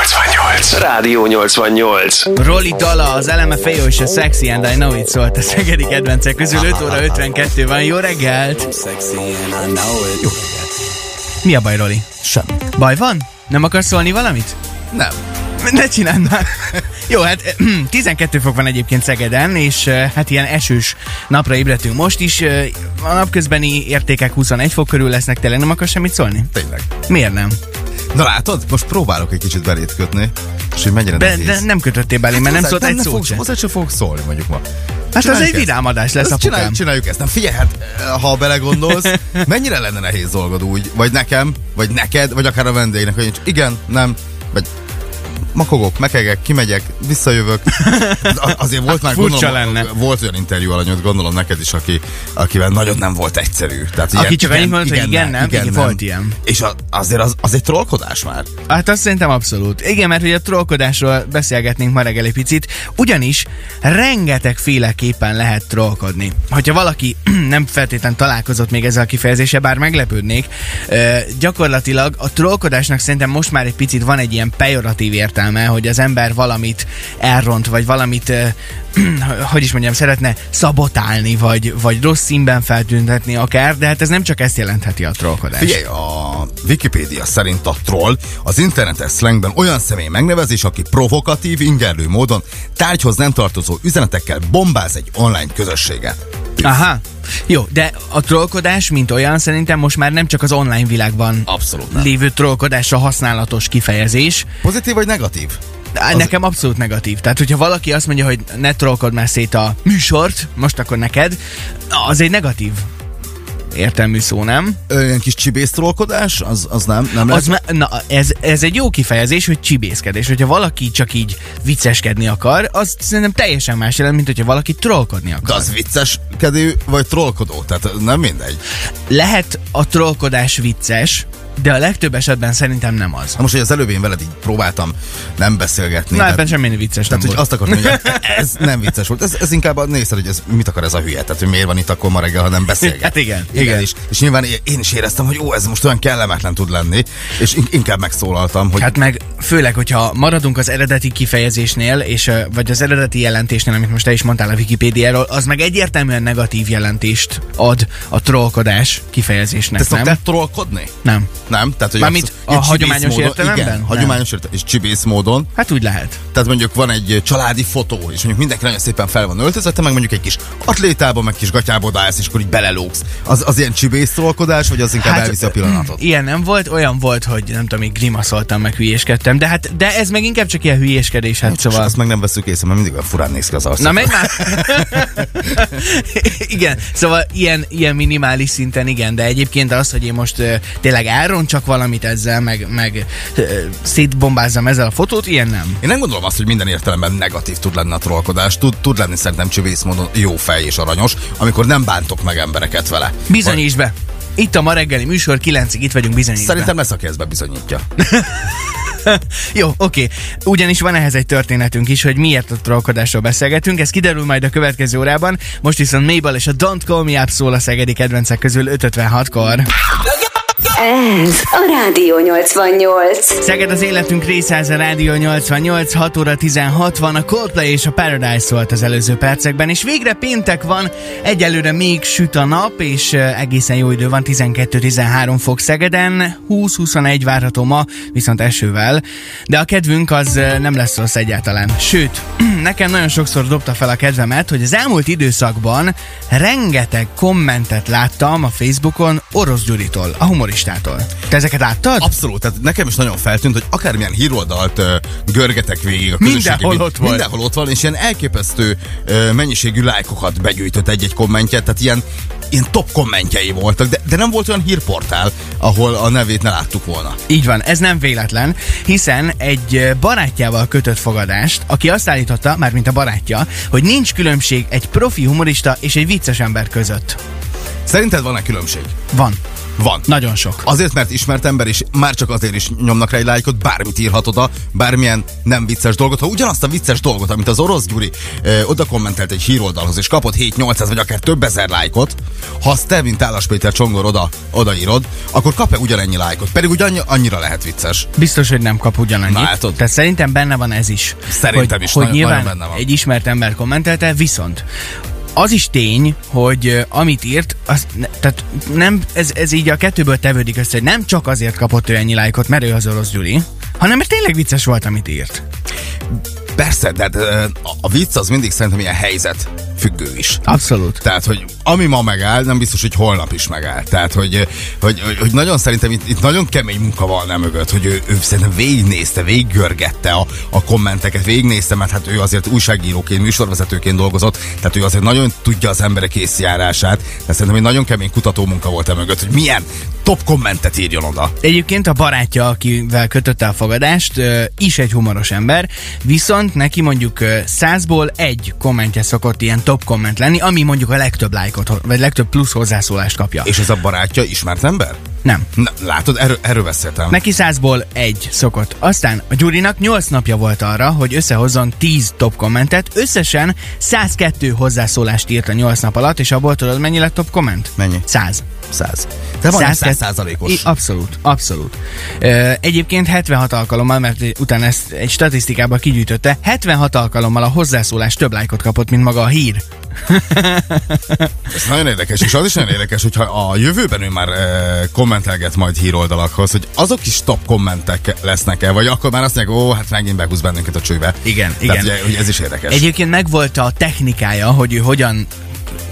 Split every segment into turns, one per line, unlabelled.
88. Rádió 88.
Roli Dala, az eleme fejó és a Sexy and I Know It szólt a szegedi kedvencek közül. 5 óra 52 van. Jó reggelt! Mi a baj, Roli?
Semmi.
Baj van? Nem akarsz szólni valamit?
Nem.
Ne csináld már! Jó, hát 12 fok van egyébként Szegeden, és eh, hát ilyen esős napra ébredtünk most is. eh, A napközbeni értékek 21 fok körül lesznek, tényleg nem akarsz semmit szólni?
Tényleg.
Miért nem?
Na látod? Most próbálok egy kicsit belét kötni, és hogy mennyire
De,
nehéz. Hát
de nem kötöttél belé, mert nem
Hozzá-
szólt egy
nem
szót
fogsz,
sem.
Hozzá sem fogok szólni mondjuk ma.
Hát az
Csináljuk
egy
ezt.
vidám adás lesz,
Ezt
apukám.
csináljuk, csináljuk ezt. Nem figyelj, hát ha belegondolsz, mennyire lenne nehéz dolgod úgy, vagy nekem, vagy neked, vagy akár a vendégnek, hogy nincs igen, nem, vagy makogok, mekegek, kimegyek, visszajövök. A- Azért volt már,
Hát furcsa
gondolom,
lenne.
volt olyan interjú alanyod, gondolom neked is, aki, akivel nagyon nem volt egyszerű. Tehát
Aki csak annyit mondott, hogy igen, nem, igen, volt ilyen.
És a, azért az, az egy trollkodás már.
Hát azt szerintem abszolút. Igen, mert hogy a trollkodásról beszélgetnénk ma reggel egy picit, ugyanis rengeteg féleképpen lehet trollkodni. Hogyha valaki nem feltétlen találkozott még ezzel a kifejezéssel, bár meglepődnék, ö, gyakorlatilag a trollkodásnak szerintem most már egy picit van egy ilyen pejoratív értelme, hogy az ember valamit elront, vagy valamit, ö, hogy is mondjam, szeretne szabotálni, vagy, vagy rossz színben feltüntetni akár, de hát ez nem csak ezt jelentheti a trollkodás.
Figyelj, a Wikipédia szerint a troll az internetes slangben olyan személy megnevezés, aki provokatív, ingerlő módon tárgyhoz nem tartozó üzenetekkel bombáz egy online közösséget.
Aha. Jó, de a trollkodás, mint olyan, szerintem most már nem csak az online világban
Abszolút
lévő trollkodásra használatos kifejezés.
Pozitív vagy negatív?
Az... Nekem abszolút negatív. Tehát, hogyha valaki azt mondja, hogy ne trollkod már szét a műsort, most akkor neked, az egy negatív értelmű szó, nem?
Ö, Ilyen kis csibész trollkodás, az, az nem, nem
Az
lehet.
me- na, ez, ez egy jó kifejezés, hogy csibészkedés. Hogyha valaki csak így vicceskedni akar, az szerintem teljesen más jelent, mint hogyha valaki trollkodni akar.
De az vicceskedő vagy trollkodó, tehát nem mindegy.
Lehet a trollkodás vicces, de a legtöbb esetben szerintem nem az.
Na most, hogy az előbb én veled így próbáltam nem beszélgetni.
Na,
de-
ebben semmi vicces
Tehát,
nem
hogy
volt.
azt akartam, hogy ez nem vicces volt. Ez, ez inkább a- nézted, hogy ez mit akar ez a hülye. Tehát, hogy miért van itt akkor ma reggel, ha nem beszélget.
Hát igen,
igen.
igen.
igen. És, és nyilván é- én is éreztem, hogy ó, ez most olyan kellemetlen tud lenni. És in- inkább megszólaltam, hogy hát,
Hát meg főleg, hogyha maradunk az eredeti kifejezésnél, és, ö, vagy az eredeti jelentésnél, amit most te is mondtál a Wikipédiáról, az meg egyértelműen negatív jelentést ad a trollkodás kifejezésnek,
te
nem?
szoktál trollkodni?
Nem.
Nem? Tehát, hogy
Mármint
abszolút-
a
ilyen csibész
hagyományos
módon,
értelemben?
Igen,
Nem.
hagyományos értelemben, és csibész módon.
Hát úgy lehet.
Tehát mondjuk van egy ö, családi fotó, és mondjuk mindenki nagyon szépen fel van öltözve, te meg mondjuk egy kis atlétában, meg kis gatyába odaállsz, és akkor így belelógsz. Az, az ilyen csibész trollkodás, vagy az inkább hát, elviszi a pillanatot?
Ilyen nem volt, olyan volt, hogy nem tudom, így grimaszoltam, meg hülyéskedtem, de hát de ez meg inkább csak ilyen hülyéskedés, hát
Szóval...
szóval...
Azt meg nem veszük észre, mert mindig olyan furán néz ki az arcod.
Na meg már! igen, szóval ilyen, ilyen minimális szinten igen, de egyébként az, hogy én most ö, tényleg elroncsak valamit ezzel, meg, meg ö, szétbombázzam ezzel a fotót, ilyen nem.
Én nem gondolom azt, hogy minden értelemben negatív tud lenni a trollkodás. Tud, tud lenni szerintem csövész módon jó fej és aranyos, amikor nem bántok meg embereket vele. Vagy-
Bizonyíts be! Itt a ma reggeli műsor, 9-ig itt vagyunk, bizonyíts
Szerintem lesz, aki ezt bebizonyítja.
Jó, oké. Ugyanis van ehhez egy történetünk is, hogy miért a trollkodásról beszélgetünk. Ez kiderül majd a következő órában. Most viszont Mabel és a Don't Call Me Up szól a szegedi kedvencek közül 556-kor.
Ez a Rádió 88.
Szeged az életünk része, ez a Rádió 88, 6 óra 16 van, a Coldplay és a Paradise volt az előző percekben, és végre péntek van, egyelőre még süt a nap, és eh, egészen jó idő van, 12-13 fok Szegeden, 20-21 várható ma, viszont esővel, de a kedvünk az eh, nem lesz rossz egyáltalán. Sőt, nekem nagyon sokszor dobta fel a kedvemet, hogy az elmúlt időszakban rengeteg kommentet láttam a Facebookon Orosz Gyuritól, a humoristától. Te ezeket láttad?
Abszolút, tehát nekem is nagyon feltűnt, hogy akármilyen híroldalt ö, görgetek végig a
Mindenhol
közösségi-
ott van.
Mindenhol ott van, és ilyen elképesztő ö, mennyiségű lájkokat begyűjtött egy-egy kommentje, tehát ilyen, ilyen top kommentjei voltak, de, de nem volt olyan hírportál, ahol a nevét ne láttuk volna.
Így van, ez nem véletlen, hiszen egy ö, barátjával kötött fogadást, aki azt állította, már mint a barátja, hogy nincs különbség egy profi humorista és egy vicces ember között.
Szerinted van-e különbség?
Van.
Van.
Nagyon sok.
Azért, mert ismert ember, és már csak azért is nyomnak rá egy lájkot, bármit írhat oda, bármilyen nem vicces dolgot. Ha ugyanazt a vicces dolgot, amit az orosz Gyuri ö, oda kommentelt egy híroldalhoz, és kapott 7-800 vagy akár több ezer lájkot, ha azt te, mint Állas Péter Csongor oda, odaírod, akkor kap-e ugyanennyi lájkot? Pedig ugyan, annyira lehet vicces.
Biztos, hogy nem kap ugyanannyit.
Na, látod.
Tehát szerintem benne van ez is.
Szerintem
hogy,
is,
Hogy
nagyon-
nyilván
nagyon benne van.
egy ismert ember kommentelte, viszont az is tény, hogy ö, amit írt, az, ne, tehát nem, ez, ez így a kettőből tevődik össze, hogy nem csak azért kapott ő ennyi lájkot, mert ő az orosz Gyuri, hanem mert tényleg vicces volt, amit írt.
Persze, de ö, a- a vicc az mindig szerintem ilyen helyzet függő is.
Abszolút.
Tehát, hogy ami ma megáll, nem biztos, hogy holnap is megáll. Tehát, hogy, hogy, hogy, hogy nagyon szerintem itt, itt nagyon kemény munka van nem mögött, hogy ő, ő szerintem végignézte, végiggörgette a, a kommenteket, végignézte, mert hát ő azért újságíróként, műsorvezetőként dolgozott, tehát ő azért nagyon tudja az emberek észjárását, de szerintem egy nagyon kemény kutató munka volt e mögött, hogy milyen top kommentet írjon oda.
Egyébként a barátja, akivel kötötte a fogadást, ö, is egy humoros ember, viszont neki mondjuk ö, százból egy kommentje szokott ilyen top komment lenni, ami mondjuk a legtöbb lájkot, ho- vagy legtöbb plusz hozzászólást kapja.
És ez a barátja ismert ember?
Nem.
Na, látod, erről, erről beszéltem.
Neki százból egy szokott. Aztán a Gyurinak 8 napja volt arra, hogy összehozzon 10 top kommentet, összesen 102 hozzászólást írt a 8 nap alatt, és abból tudod mennyi lett top komment?
Mennyi?
100.
száz. De van
102
száz százalékos.
I- Abszolút, abszolút. Ö, egyébként 76 alkalommal, mert utána ezt egy statisztikába kigyűjtötte, 76 alkalommal a hozzászólás több lájkot kapott, mint maga a hír.
Ez nagyon érdekes, és az is nagyon érdekes, hogyha a jövőben ő már e, kommentelget majd híroldalakhoz, hogy azok is top kommentek lesznek-e, vagy akkor már azt mondják, ó, hát megint behúz bennünket a csőbe.
Igen,
Tehát
igen.
Ugye, ugye ez is érdekes. Egy...
Egyébként megvolt a technikája, hogy ő hogyan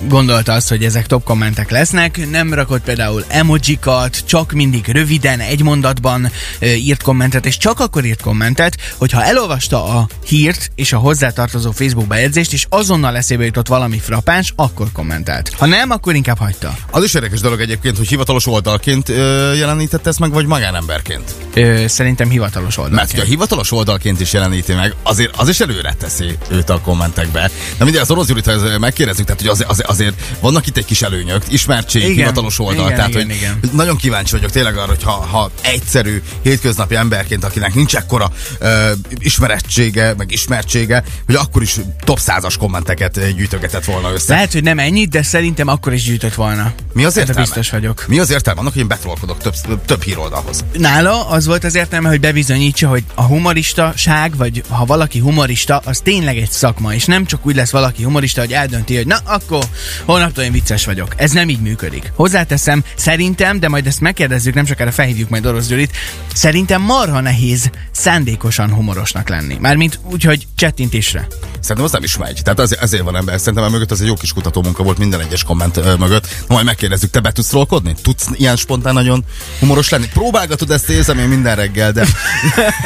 gondolta azt, hogy ezek top kommentek lesznek, nem rakott például emojikat, csak mindig röviden, egy mondatban ö, írt kommentet, és csak akkor írt kommentet, hogyha elolvasta a hírt és a hozzátartozó Facebook bejegyzést, és azonnal eszébe jutott valami frappáns, akkor kommentelt. Ha nem, akkor inkább hagyta.
Az is érdekes dolog egyébként, hogy hivatalos oldalként ö, jelenítette ezt meg, vagy magánemberként.
Ö, szerintem hivatalos oldal.
Mert hogy a hivatalos oldalként is jeleníti meg, azért az is előre teszi őt a kommentekbe. Na mindegy, az orosz Gyurit ha ezzel megkérdezzük, tehát hogy az, az, azért vannak itt egy kis előnyök, ismertség,
Igen.
igen, hivatalos oldal,
Igen,
tehát
igen,
hogy
igen.
nagyon kíváncsi vagyok tényleg arra, hogy ha, ha egyszerű, hétköznapi emberként, akinek nincs ekkora ö, ismerettsége, meg ismertsége, hogy akkor is top százas kommenteket ö, gyűjtögetett volna össze.
Lehet, hogy nem ennyit, de szerintem akkor is gyűjtött volna.
Mi az
Ebben
értelme?
biztos vagyok.
Mi az értelme annak, hogy én betrolkodok több, több híroldalhoz?
nála az volt az értelme, hogy bebizonyítsa, hogy a humoristaság, vagy ha valaki humorista, az tényleg egy szakma, és nem csak úgy lesz valaki humorista, hogy eldönti, hogy na akkor holnaptól én vicces vagyok. Ez nem így működik. Hozzáteszem, szerintem, de majd ezt megkérdezzük, nem sokára felhívjuk majd Orosz Gyurit, szerintem marha nehéz szándékosan humorosnak lenni. Mármint úgy, hogy csettintésre.
Szerintem az nem is megy. Tehát azért, azért van ember. Szerintem emögött mögött az egy jó kis kutató munka volt minden egyes komment ö, mögött. Na, majd megkérdezzük, te be tudsz trollkodni? Tudsz ilyen spontán nagyon humoros lenni? Próbálgatod ezt érzem én minden reggel, de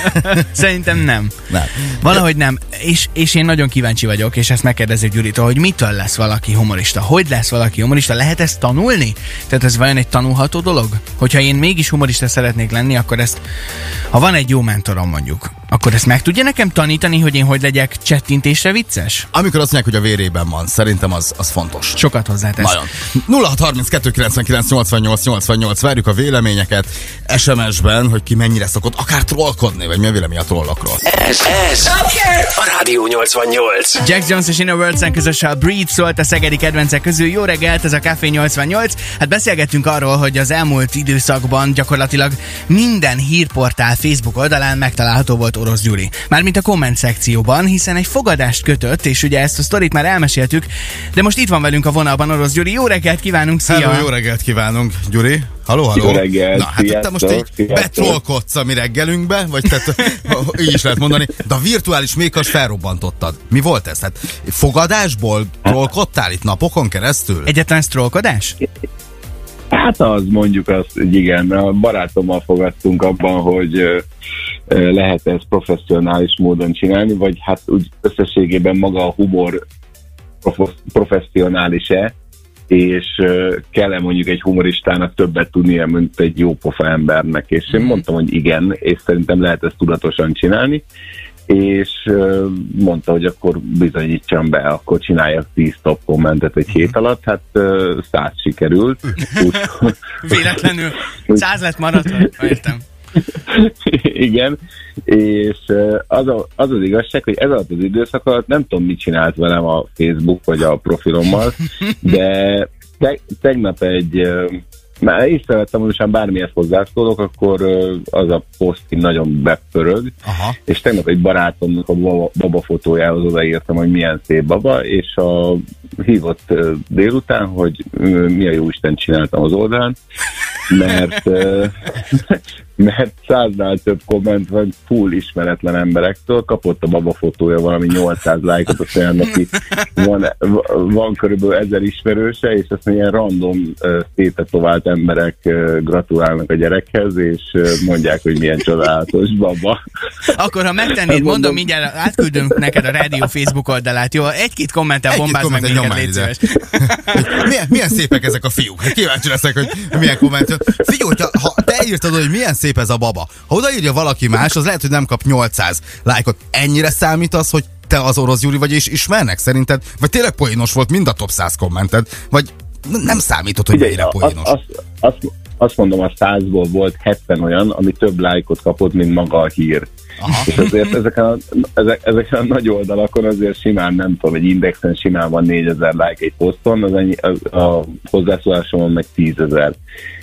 Szerintem nem.
nem.
Valahogy nem. És, és én nagyon kíváncsi vagyok, és ezt megkérdezzük Gyuritól, hogy mitől lesz valaki humorista? Hogy lesz valaki humorista? Lehet ezt tanulni? Tehát ez vajon egy tanulható dolog? Hogyha én mégis humorista szeretnék lenni, akkor ezt, ha van egy jó mentorom mondjuk, akkor ezt meg tudja nekem tanítani, hogy én hogy legyek csettintésre vicces?
Amikor azt mondják, hogy a vérében van, szerintem az, az fontos.
Sokat hozzátesz.
Nagyon. 0632 99 88 88 várjuk a véleményeket SMS-ben, hogy ki mennyire szokott akár trollkodni, vagy mi a vélemény a trollokról.
Ez, ez a Rádió 88.
Jack Jones és Inner World Sound közös a Breed szólt a szegedi kedvencek közül. Jó reggelt, ez a Café 88. Hát beszélgettünk arról, hogy az elmúlt időszakban gyakorlatilag minden hírportál Facebook oldalán megtalálható volt Orosz Gyuri. Mármint a komment szekcióban, hiszen egy fogadást kötött, és ugye ezt a sztorit már elmeséltük, de most itt van velünk a vonalban Orosz Gyuri. Jó reggelt kívánunk, szia!
Hello, jó reggelt kívánunk, Gyuri. Halló, halló.
Jó reggelt,
Na, hát te
sziasztok,
most így
sziasztok.
betrolkodsz a mi reggelünkbe, vagy te, így is lehet mondani, de a virtuális mékas felrobbantottad. Mi volt ez? Hát fogadásból trollkodtál itt napokon keresztül?
Egyetlen sztrolkodás?
Hát az mondjuk azt, hogy igen, a barátommal fogadtunk abban, hogy ö, ö, lehet ezt professzionális módon csinálni, vagy hát úgy összességében maga a humor profos- professzionális-e, és ö, kell-e mondjuk egy humoristának többet tudnia, mint egy jópofa embernek. És én mondtam, hogy igen, és szerintem lehet ezt tudatosan csinálni. és ö, mondta, hogy akkor bizonyítsam be, akkor csináljak 10 top kommentet egy hét alatt, hát ö, 100 sikerült. Úgy-
Véletlenül. Száz lett maradva? Értem.
Igen, és ö, az, a, az az igazság, hogy ez alatt az időszak alatt nem tudom, mit csinált velem a Facebook vagy a profilommal, de te, tegnap egy, ö, már észrevettem, hogy most már bármihez hozzászólok, akkor ö, az a poszt így nagyon bepörög,
Aha.
és tegnap egy barátomnak a baba, baba fotójához odaírtam, hogy milyen szép baba, és a hívott ö, délután, hogy ö, mi a jó Isten csináltam az oldalán, mert, ö, mert száznál több komment van túl ismeretlen emberektől, kapott a baba fotója valami 800 lájkot, azt olyan neki van, van körülbelül ezer ismerőse, és aztán ilyen random ö, szétetovált emberek ö, gratulálnak a gyerekhez, és ö, mondják, hogy milyen csodálatos baba.
Akkor, ha megtennéd, mondom, mindjárt átküldöm neked a rádió Facebook oldalát, jó? Egy-két kommentel
Egy-két
bombázz meg
kommentet
minket,
nyomj
légy
ide.
szíves.
milyen, milyen szépek ezek a fiúk. Hát Kíváncsi leszek, hogy milyen komment. Figyelj, ha, ha te írtad, hogy milyen szép ez a baba, ha odaírja valaki más, az lehet, hogy nem kap 800 lájkot. Ennyire számít az, hogy te az orosz Gyuri vagy, és ismernek szerinted? Vagy tényleg poénos volt mind a top 100 kommented? Vagy n- nem számított, hogy mennyire
azt,
poénos?
azt, azt, azt mondom, a százból volt 70 olyan, ami több lájkot kapott, mint maga a hír.
Aha.
És azért ezeken a, ezek, ezeken a nagy oldalakon azért simán, nem tudom, egy indexen simán van 4000 like egy poszton, az ennyi, a, a hozzászólásomon meg 10000.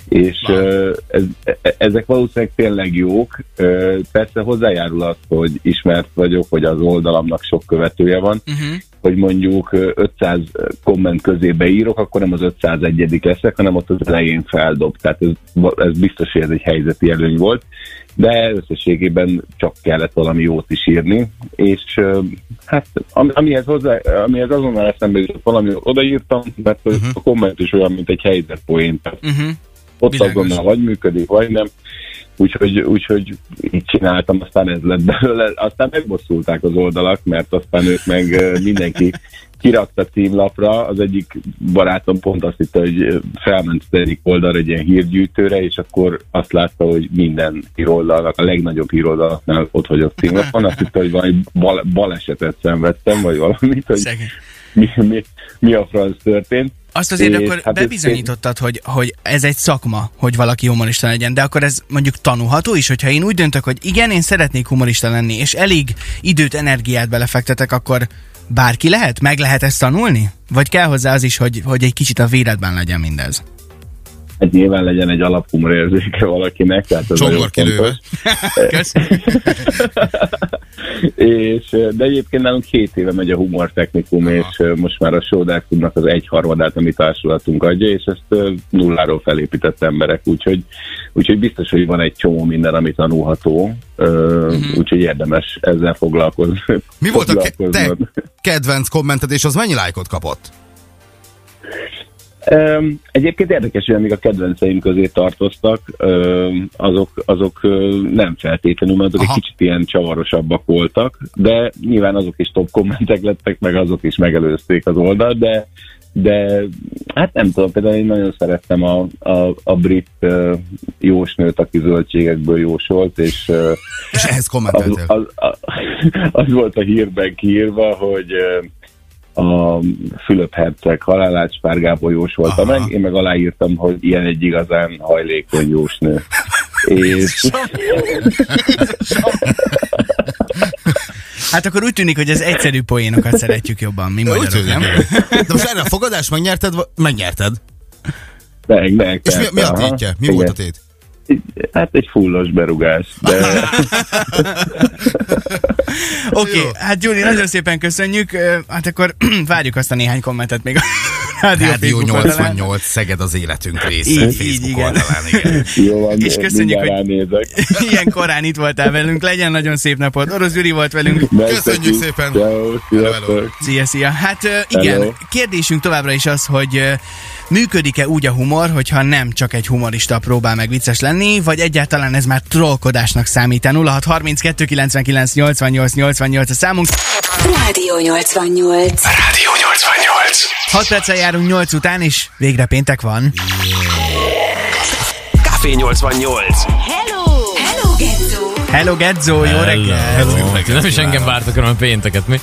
És ö, ez, e- ezek valószínűleg tényleg jók. Ö, Persze hozzájárul az, hogy ismert vagyok, hogy az oldalamnak sok követője van,
Mhm.
hogy mondjuk ö, 500 komment közé beírok, akkor nem az 501 leszek, hanem ott az elején feldob. Tehát ez, va- ez biztos, hogy ez egy helyzeti előny volt, de összességében csak kellett valami jót is írni, és ö, hát am- amihez, hozzá, amihez azonnal eszembe jutott valami, odaírtam, mert uh-huh. a komment is olyan, mint egy helyzetpoén, tehát
Mhm.
ott
Világos.
azonnal vagy működik, vagy nem. Úgyhogy, úgyhogy így csináltam, aztán ez lett belőle. Aztán megbosszulták az oldalak, mert aztán ők meg ö, mindenki kirakta címlapra. Az egyik barátom pont azt hitte, hogy ö, felment az egyik oldalra egy ilyen hírgyűjtőre, és akkor azt látta, hogy minden híroldalnak, a legnagyobb híroldalaknál ott vagyok címlapon. Azt hitte, hogy valami bal, balesetet szenvedtem, vagy valamit, hogy
Szegény.
mi, mi, mi a franc történt.
Azt azért
És
akkor
hát ez-
bebizonyítottad, hogy, hogy ez egy szakma, hogy valaki humorista legyen, de akkor ez mondjuk tanulható is, hogyha én úgy döntök, hogy igen, én szeretnék humorista lenni, és elég időt, energiát belefektetek, akkor bárki lehet? Meg lehet ezt tanulni? Vagy kell hozzá az is, hogy, hogy egy kicsit a véletben legyen mindez?
Hát nyilván legyen egy alaphumor érzéke valakinek, tehát ez
Csongor
nagyon
kilőve.
fontos.
Kösz.
És, de egyébként nálunk 7 éve megy a humortechnikum, Aha. és ö, most már a sodák tudnak az egyharmadát, amit társulatunk adja, és ezt ö, nulláról felépített emberek, úgyhogy, úgyhogy biztos, hogy van egy csomó minden, ami tanulható, uh-huh. úgyhogy érdemes ezzel foglalkozni.
Mhm. Mi volt a ke- te
foglalkoznod.
kedvenc kommented, és az mennyi lájkot kapott?
Öm, Egyébként érdekes, hogy amíg a kedvenceim közé tartoztak, öm, azok, azok öm, nem feltétlenül, mert azok
Aha.
egy kicsit ilyen csavarosabbak voltak, de nyilván azok is top kommentek lettek, meg azok is megelőzték az oldalt, de, de hát nem tudom, például én nagyon szerettem a, a, a brit ö, jósnőt, aki zöldségekből jósolt, és ö,
És ehhez
az,
kommenteltél.
az, az, az volt a hírben kiírva, hogy ö, a Fülöp Herceg halálát Spár Gábor jósolta
Aha.
Aha. meg, én meg aláírtam, hogy ilyen egy igazán hajlékony jósnő. És
Hát akkor úgy tűnik, hogy az egyszerű poénokat szeretjük jobban, mi
Úgy
magyarok,
tűnik,
nem?
igen. De most erre a fogadást megnyerted, vagy- megnyerted.
meg, meg,
És mi, mi a
persze, aha.
tétje? Mi volt a
Igen.
tét?
Hát egy fullos berugás, de
Oké,
Jó.
okay, hát Gyuri, nagyon szépen köszönjük. Ö, Hát akkor várjuk azt a néhány kommentet még a rádió,
Rádió
Facebook oldalán.
88, Szeged az életünk része,
Így, így,
Facebook
igen.
oldalán, igen. Hát
jó van,
És köszönjük,
mindjárt
hogy-
ránézek.
Ilyen korán itt voltál velünk, legyen nagyon szép napod. Orosz Gyuri volt velünk.
Megköszi.
szépen.
Ciao,
hello.
sziasztok.
Szia, szia. Hát ö, igen,
Hello.
kérdésünk továbbra is az, hogy ö, működik-e úgy a humor, hogyha nem csak egy humorista próbál meg vicces lenni, vagy egyáltalán ez már trollkodásnak számít. 0632 99 88 88 a számunk.
Rádió
Rádió
88.
88.
6 perccel járunk 8 után, és végre péntek van.
Café 88.
Hello! Hello, Genzó!
Hello, Gedzo, jó reggel! Hát,
Hello. Nem is engem vártak, hanem a pénteket, mi?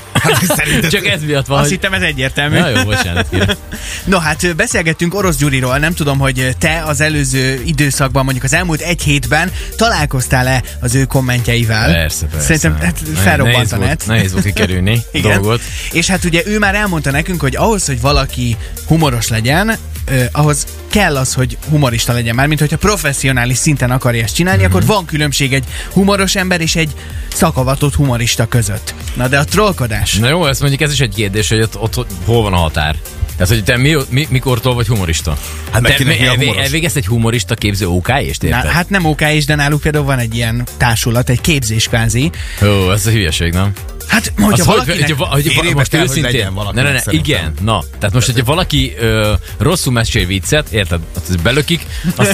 Csak ez miatt van,
Azt
hogy...
hittem ez egyértelmű.
Ja, jó, bocsánat, kérem.
No hát beszélgettünk Orosz Gyuriról, nem tudom, hogy te az előző időszakban, mondjuk az elmúlt egy hétben találkoztál-e az ő kommentjeivel?
Persze, persze.
Szerintem hát,
Ne-
felrobbant
nehéz
a
volt-
net.
Nehéz volt kikerülni
Igen.
dolgot.
És hát ugye ő már elmondta nekünk, hogy ahhoz, hogy valaki humoros legyen, ö, ahhoz kell az, hogy humorista legyen már, mint hogyha professzionális szinten akarja ezt csinálni,
Mhm.
akkor van különbség egy humoros ember és egy szakavatott humorista között. Na de a trollkodás.
Na jó, ezt mondjuk ez is egy kérdés, hogy ott, ott hol van a határ. Tehát, hogy te mi, mi, mikortól vagy humorista?
Hát meg
te,
kinek mi a humoros?
elvégezsz egy humorista képző ok és
Na,
érted? hát...
hát nem ok is, de náluk például van egy ilyen társulat, egy képzés kvázi.
Ó, ez a hülyeség, nem?
Hát, hogyha
Azt
valakinek...
hogy, hogy, hogy,
Érébe
hogy, most
kell, hogy
őszintén...
legyen valakinek,
ne, ne, ne,
szerintem.
igen, na. Tehát most, hogyha valaki ö, rosszul mesél viccet, érted, azt belökik, azt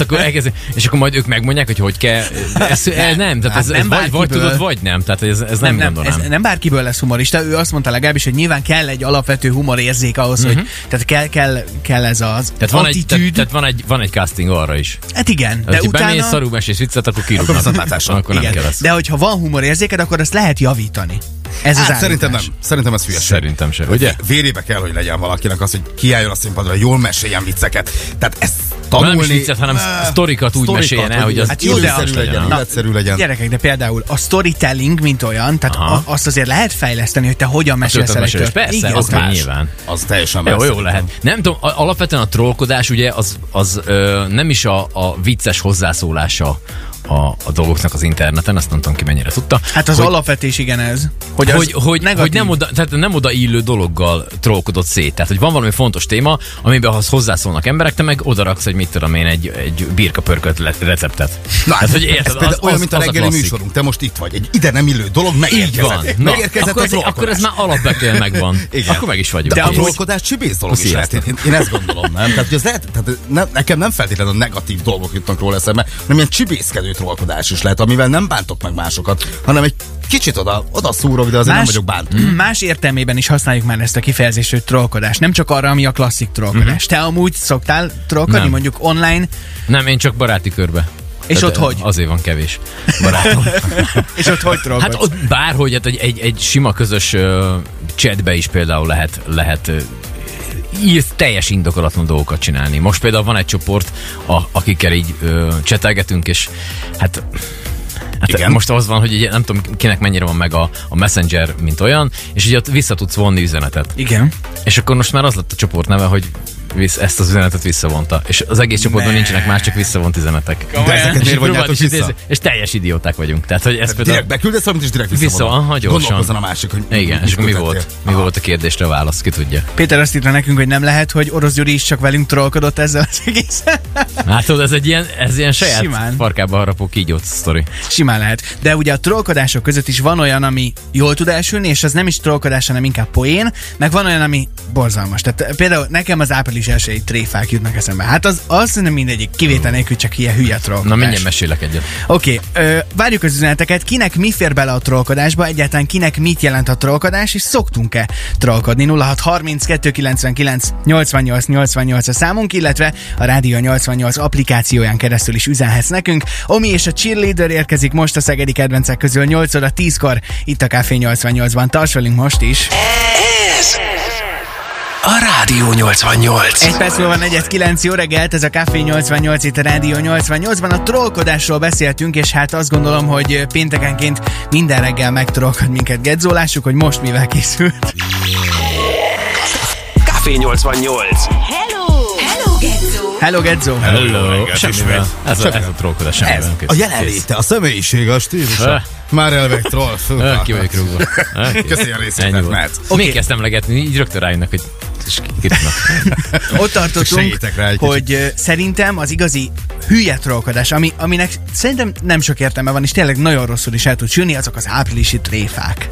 akkor elkezd, és akkor majd ők megmondják, hogy hogy kell. Ez, ez nem,
Hát
tehát ez,
nem
ez vagy, vagy
bárkiből.
tudod, vagy nem. Tehát ez, ez nem,
nem,
nem,
nem,
gondolom.
ez nem bárkiből lesz humorista, ő azt mondta legalábbis, hogy nyilván kell egy alapvető humorérzék ahhoz, hogy tehát kell, kell, kell ez az
Mhm. Tehát van, egy, tehát,
attitűd.
tehát van, egy, van egy casting arra is.
hát igen, de
Tehát, ha
utána...
bemész szarú mesés viccet, akkor kirúgnak.
Akkor viszontlátásra.
Akkor nem
igen,
kell ez.
de hogyha van humorérzéked, akkor azt lehet javítani. Ez az
Hát szerintem nem.
állítás.
Szerintem ez hülyeség.
Szerintem sem, ugye?
Vérébe kell, hogy legyen valakinek az, hogy kiálljon a színpadra, jól meséljen vicceket. Tehát ezt
Tanulni,
tanulni...
nem is viccet, hanem
Ne.
sztorikat úgy
Sztorikat,
meséljen el, hogy
Hát
az
hát
jó, de
illetszerű
az-
legyen.
Na,
Illetszerű legyen.
Gyerekek, de például a storytelling, mint olyan, tehát
Aha.
a, azt azért lehet fejleszteni, hogy te hogyan mesélsz el egy
mesélés.
tört-
Persze,
Igen,
az már
más.
nyilván.
Az teljesen
Jó,
messze.
jó lehet. Nem tudom, a- alapvetően a trollkodás ugye az, az ö, nem is a, a vicces hozzászólása a, a dolgoknak az interneten, azt nem tudom ki mennyire tudta.
Hát az
hogy,
alapvetés igen ez.
hogy,
az
hogy, hogy,
negatív.
hogy nem, oda, tehát nem oda illő dologgal trollkodott szét. Tehát, hogy van valami fontos téma, amiben az hozzászólnak emberek, te meg odaraksz, hogy mit tudom én, egy, egy birkapörkölt le- receptet.
Na,
Tehát, hogy érted,
ez például
az-
olyan,
az-
mint a
az a
reggeli
klasszik.
műsorunk. Te most itt vagy. Egy ide nem illő dolog
Így
megérkezett.
van. Na,
Megérkezett
akkor,
a
ez, akkor ez
trollkodás.
már alapvetően megvan.
Igen.
Akkor meg is vagyunk.
De a
Kész.
trollkodás csibész dolog is lehet.
Sziasztok.
Én, én ezt gondolom, nem? Tehát, hogy az lehet, tehát nem, nekem nem feltétlenül a negatív dolgok jutnak róla eszembe, hanem ilyen csibészkedő trollkodás is lehet, amivel nem bántok meg másokat, hanem egy kicsit oda, oda szúrok, de azért nem vagyok bántó.
Más értelmében is használjuk már ezt a kifejezést, hogy trollkodás. Nem csak arra, ami a klasszik trollkodás. Uh-huh. Te amúgy szoktál trollkodni,
Nem.
mondjuk online,
Nem, én csak baráti körbe.
És
Tehát,
ott hogy?
Azért van kevés barátom.
és ott hogy trollkodsz?
hát ott bárhogy, hát egy, egy, egy sima közös uh, chatbe is például lehet, lehet uh, írt teljes indokolatlan dolgokat csinálni. Most például van egy csoport, a, akikkel így ö, csetelgetünk, és hát Hát
Igen.
most az van, hogy így, nem tudom kinek mennyire van meg a, a Messenger, mint olyan, és így ott vissza tudsz vonni üzenetet.
Igen.
És akkor most már az lett a csoport neve, hogy visz, ezt az üzenetet visszavonta. És az egész csoportban
Ne.
nincsenek más, csak visszavont üzenetek.
De ezeket
És így
miért vonjátok
próbált is
vissza?
idézni, És teljes idióták vagyunk. Tehát, hogy ez például...
Direkt beküldesz valamit, és direkt
Mm. Vissza,
visszavonod.
aha, gyorsan.
Gondolkozzon a másik, hogy
Igen, és akkor mi volt? Mi
Mi
volt a kérdésre a válasz? Ki tudja?
Péter azt írta nekünk, hogy nem lehet, hogy Orosz Gyuri is csak velünk trollkodott ezzel az egészen.
Hát tudod, ez egy ilyen, ez ilyen saját
Simán.
Simán. farkába harapó kígyót sztori.
Simán lehet. De ugye a trollkodások között is van olyan, ami jól tud elsülni, és az nem is trollkodás, hanem inkább poén, meg van olyan, ami borzalmas. Tehát eh, például nekem az április elsői tréfák jutnak eszembe. Hát az, az nem mindegyik, kivétel nélkül csak ilyen hülye trollkodás.
Na mindjárt mesélek egyet.
Oké, okay, várjuk az üzeneteket, kinek mi fér bele a trollkodásba, egyáltalán kinek mit jelent a trollkodás, és szoktunk-e trollkodni? 0632 99 88 88 a számunk, illetve a Rádió 88 applikációján keresztül is üzenhetsz nekünk. Omi és a cheerleader érkezik most a Szegedi kedvencek közül 8 óra 10-kor, itt a Café 88-ban. Tarts velünk most is!
Ez a Rádió 88.
Egy perc múlva negyed kilenc, jó reggelt, ez a Café 88, itt a Rádió 88-ban. A trollkodásról beszéltünk, és hát azt gondolom, hogy péntekenként minden reggel megtrollkod minket Gedzó. Lássuk, hogy most mivel készült.
Café 88.
Hello, Gezzó!
Hello Gedzó!
Hello.
reggelt,
Semmivel.
ismét.
Ez a,
Semmivel.
ez a trollkodás.
Ez,
semmivel. Kész.
a jelenléte, a személyiség, a stílusa.
Öh.
Már elveg troll.
Ö, Ki vagyok rúgva. Ö, kész.
Köszi a részletet,
Ennyi volt.
Máté.
Még kezdtem legetni, így rögtön rájönnek, hogy és ki- ki tudnak.
Ott tartottunk,
Segítek rá egy kicsit.
hogy ö, szerintem az igazi hülye trollkodás, ami, aminek szerintem nem sok értelme van, és tényleg nagyon rosszul is el tud sülni, azok az áprilisi tréfák.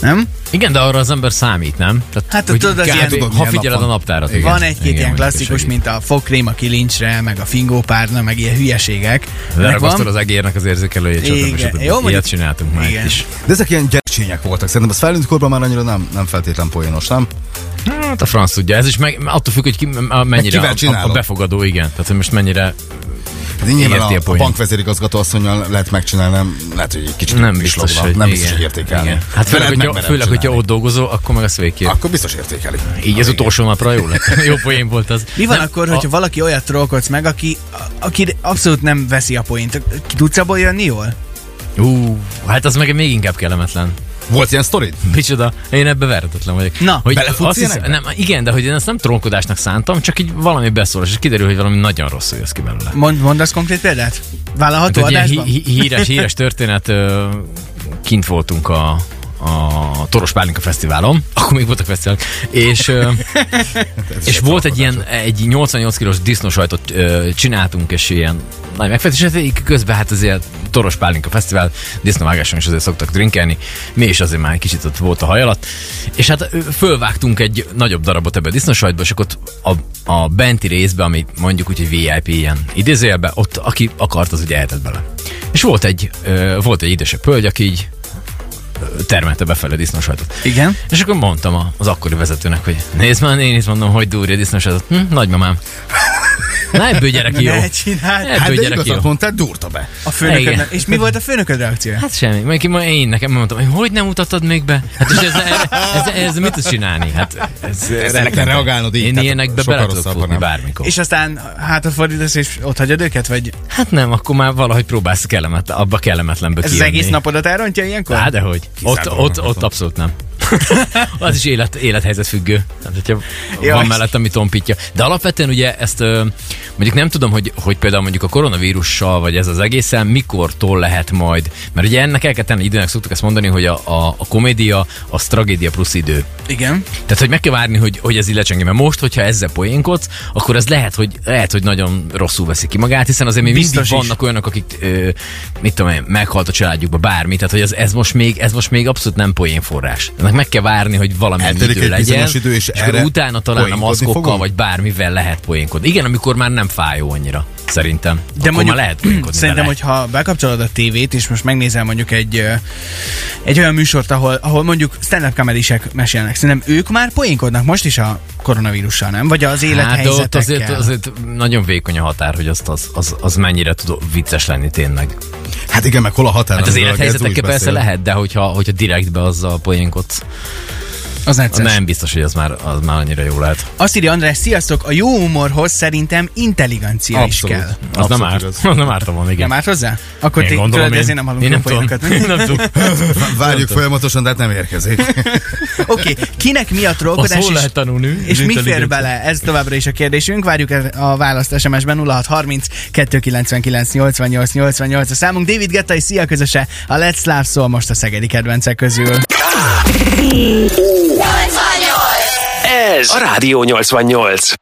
Nem?
Igen, de arra az ember számít, nem? Tehát,
Hát,
hogy
tudod, az
kb-
ilyen- Tudod,
Ha
milyen
figyeled
nap
a
van.
naptárat.
Igen, van egy-két
Hát Igen,
ilyen
mondjuk
klasszikus,
segít.
mint a fogkrém a kilincsre, meg a fingópárna, meg ilyen hülyeségek. Ennek
Leragasztod
van.
az egérnek az érzékelőjét,
Igen.
csatlakozod.
Jó, mondjuk-
Ilyet csináltunk már
Igen.
itt is.
De ezek ilyen gyerekcsények voltak. Szerintem az felnőtt korban már annyira nem, nem feltétlen poénos, nem?
Hát a franc tudja, ez is meg, attól függ, hogy ki, m- a- mennyire
kivel
a, a, a
csinálod.
befogadó, igen. Tehát, hogy most mennyire
Ez így nyilván
Érti a
a, a
poént.
bankvezérigazgató asszonyon lehet megcsinálni, nem, lehet, hogy egy kicsit
Nem biztos, hogy,
nem
igen.
biztos, hogy értékelni.
Igen. Hát főleg,
Lehet,
hogyha,
megmerem
főleg hogyha
csinálni.
ott dolgozol, akkor meg azt végképp.
Akkor biztos értékelik.
Így az
Igen.
utolsó napra jó lett. Jó poén volt az.
Mi van
Nem,
akkor,
a-
hogyha valaki olyat trollkodsz meg, aki, a- aki abszolút nem veszi a poént? Ki Tudsz abból jönni jól?
Ú, hát az meg még inkább kellemetlen.
Volt ilyen
Hát,
sztorid?
Micsoda, én ebbe verhetetlen vagyok.
Na,
belefutsz
azt hiszem,
ilyenekbe?
nem, igen, de hogy én ezt nem trónkodásnak szántam, csak így valami beszólás, és kiderül, hogy valami nagyon rosszul jössz ki belőle.
Mond, mondasz konkrét példát?
Hát
Vállalható
egy ilyen
adásban?
hí- hí- híres, híres történet, ö, kint voltunk a, a Toros Pálinka Fesztiválon, akkor még voltak fesztiválok, és, ö, és volt egy ilyen egy 88 kilós disznósajtot ö, csináltunk, és ilyen nagy megfejtés, hát így közben hát azért Toros Pálinka Fesztivál, disznóvágáson is azért szoktak drinkelni, mi is azért már egy kicsit ott volt a haj alatt, és hát ö, fölvágtunk egy nagyobb darabot ebbe a disznósajtba, és akkor ott a, a benti részbe, ami mondjuk úgy, hogy VIP ilyen idézőjelbe, ott aki akart, az ugye eltett bele. És volt egy, ö, volt egy idősebb hölgy, aki így ö, termelte befelé a disznósajtot.
Igen.
És akkor mondtam a- az akkori vezetőnek, hogy nézd már, én itt mondom, hogy durja disznósajtot. Hm, nagymamám. Na ebből gyerek jó.
Ne csináld.
Ebből
Hát de
gyerek jó.
igazat mondtál, durta be.
A
Igen.
főnököd, és mi volt a főnököd reakciója?
Hát semmi. Még ki- ma én nekem mondtam, hogy hogy nem mutattad még be? Hát és ez, ez, ez, ez mit tudsz csinálni? Hát ez,
Ezzel kell reagálnod így.
én
tehát
ilyenekbe
sokkal
bele tudok
rosszabb,
futni
nem?
bármikor.
És aztán hátrafordítasz, és ott hagyod őket? Vagy
Hát nem, akkor már valahogy próbálsz kellemet, abba kellemetlenbe
ez az
kijönni. Hát,
egész napodat elrontja ilyenkor?
Á, dehogy. Ott,
Kizárólag
ott,
nem
ott abszolút nem. az is élet, élethelyzet függő. Tehát, hogyha
Jó,
van
ez-
mellett, ami tompítja. De alapvetően ugye ezt ö, mondjuk nem tudom, hogy, hogy például mondjuk a koronavírussal, vagy ez az egészen, mikortól lehet majd. Mert ugye ennek el kell tenni időnek, szoktuk ezt mondani, hogy a, a, a komédia az tragédia plusz idő.
Igen.
Tehát, hogy meg kell várni, hogy, hogy ez illetsengi, mert most, hogyha ezzel poénkodsz, akkor ez lehet, hogy, lehet, hogy nagyon rosszul veszi ki magát, hiszen azért még mindig
Biztos is.
vannak olyanok, akik, ö, mit tudom én, meghalt a családjukba, bármi, tehát, hogy ez, ez, most, még, ez most még abszolút nem poén forrás. Ennek meg kell várni, hogy valami
Eltelik
idő
egy
legyen,
bizonyos idő, és
akkor
erre
utána talán a
poénkodni
maszkokkal,
fogunk?
vagy bármivel lehet poénkodni. Igen, amikor már nem fájó annyira, szerintem. De akkor
mondjuk-
már lehet poénkodni
Szerintem,
vele.
hogyha bekapcsolod a tévét, és most megnézel mondjuk egy, ö, egy olyan műsort, ahol, ahol mondjuk stand-up comedisek mesélnek, szerintem ők már poénkodnak most is a koronavírussal, nem? Vagy az
Hát, de ott
élethelyzetekkel.
azért, azért nagyon vékony a határ, hogy azt, az, az, az mennyire tud vicces lenni tényleg.
Hát igen, meg hol a határ?
Hát az
amiről a Gergő
élethelyzetekkel
is
persze
beszél.
lehet, de hogyha, hogyha direktbe azzal poénkodsz,
Az necces.
nem biztos, hogy az már, az már annyira jó lehet.
Azt írja András, sziasztok, a jó humorhoz szerintem intelligencia
Abszolút.
is kell.
Az
Abszolút
nem árt.
igaz.
Az nem árt van, igen.
Nem állt hozzá? Akkor ti tőled ezért nem hallunk
én
jó
nem tudom.
poénokat.
Én nem tudom.
Várjuk folyamatosan, de hát nem érkezik.
Oké, kinek mi a
Azt
trollkodás,
hol
és,
lehet tanulni?
és mi fér
Intelligencia.
bele? Ez továbbra is a kérdésünk. Várjuk a választ SMS-ben 0630 299 88 88 a számunk. David Getta és Szia közöse a Let's Love szól most a szegedi kedvencek közül.
Ez a Rádió 88.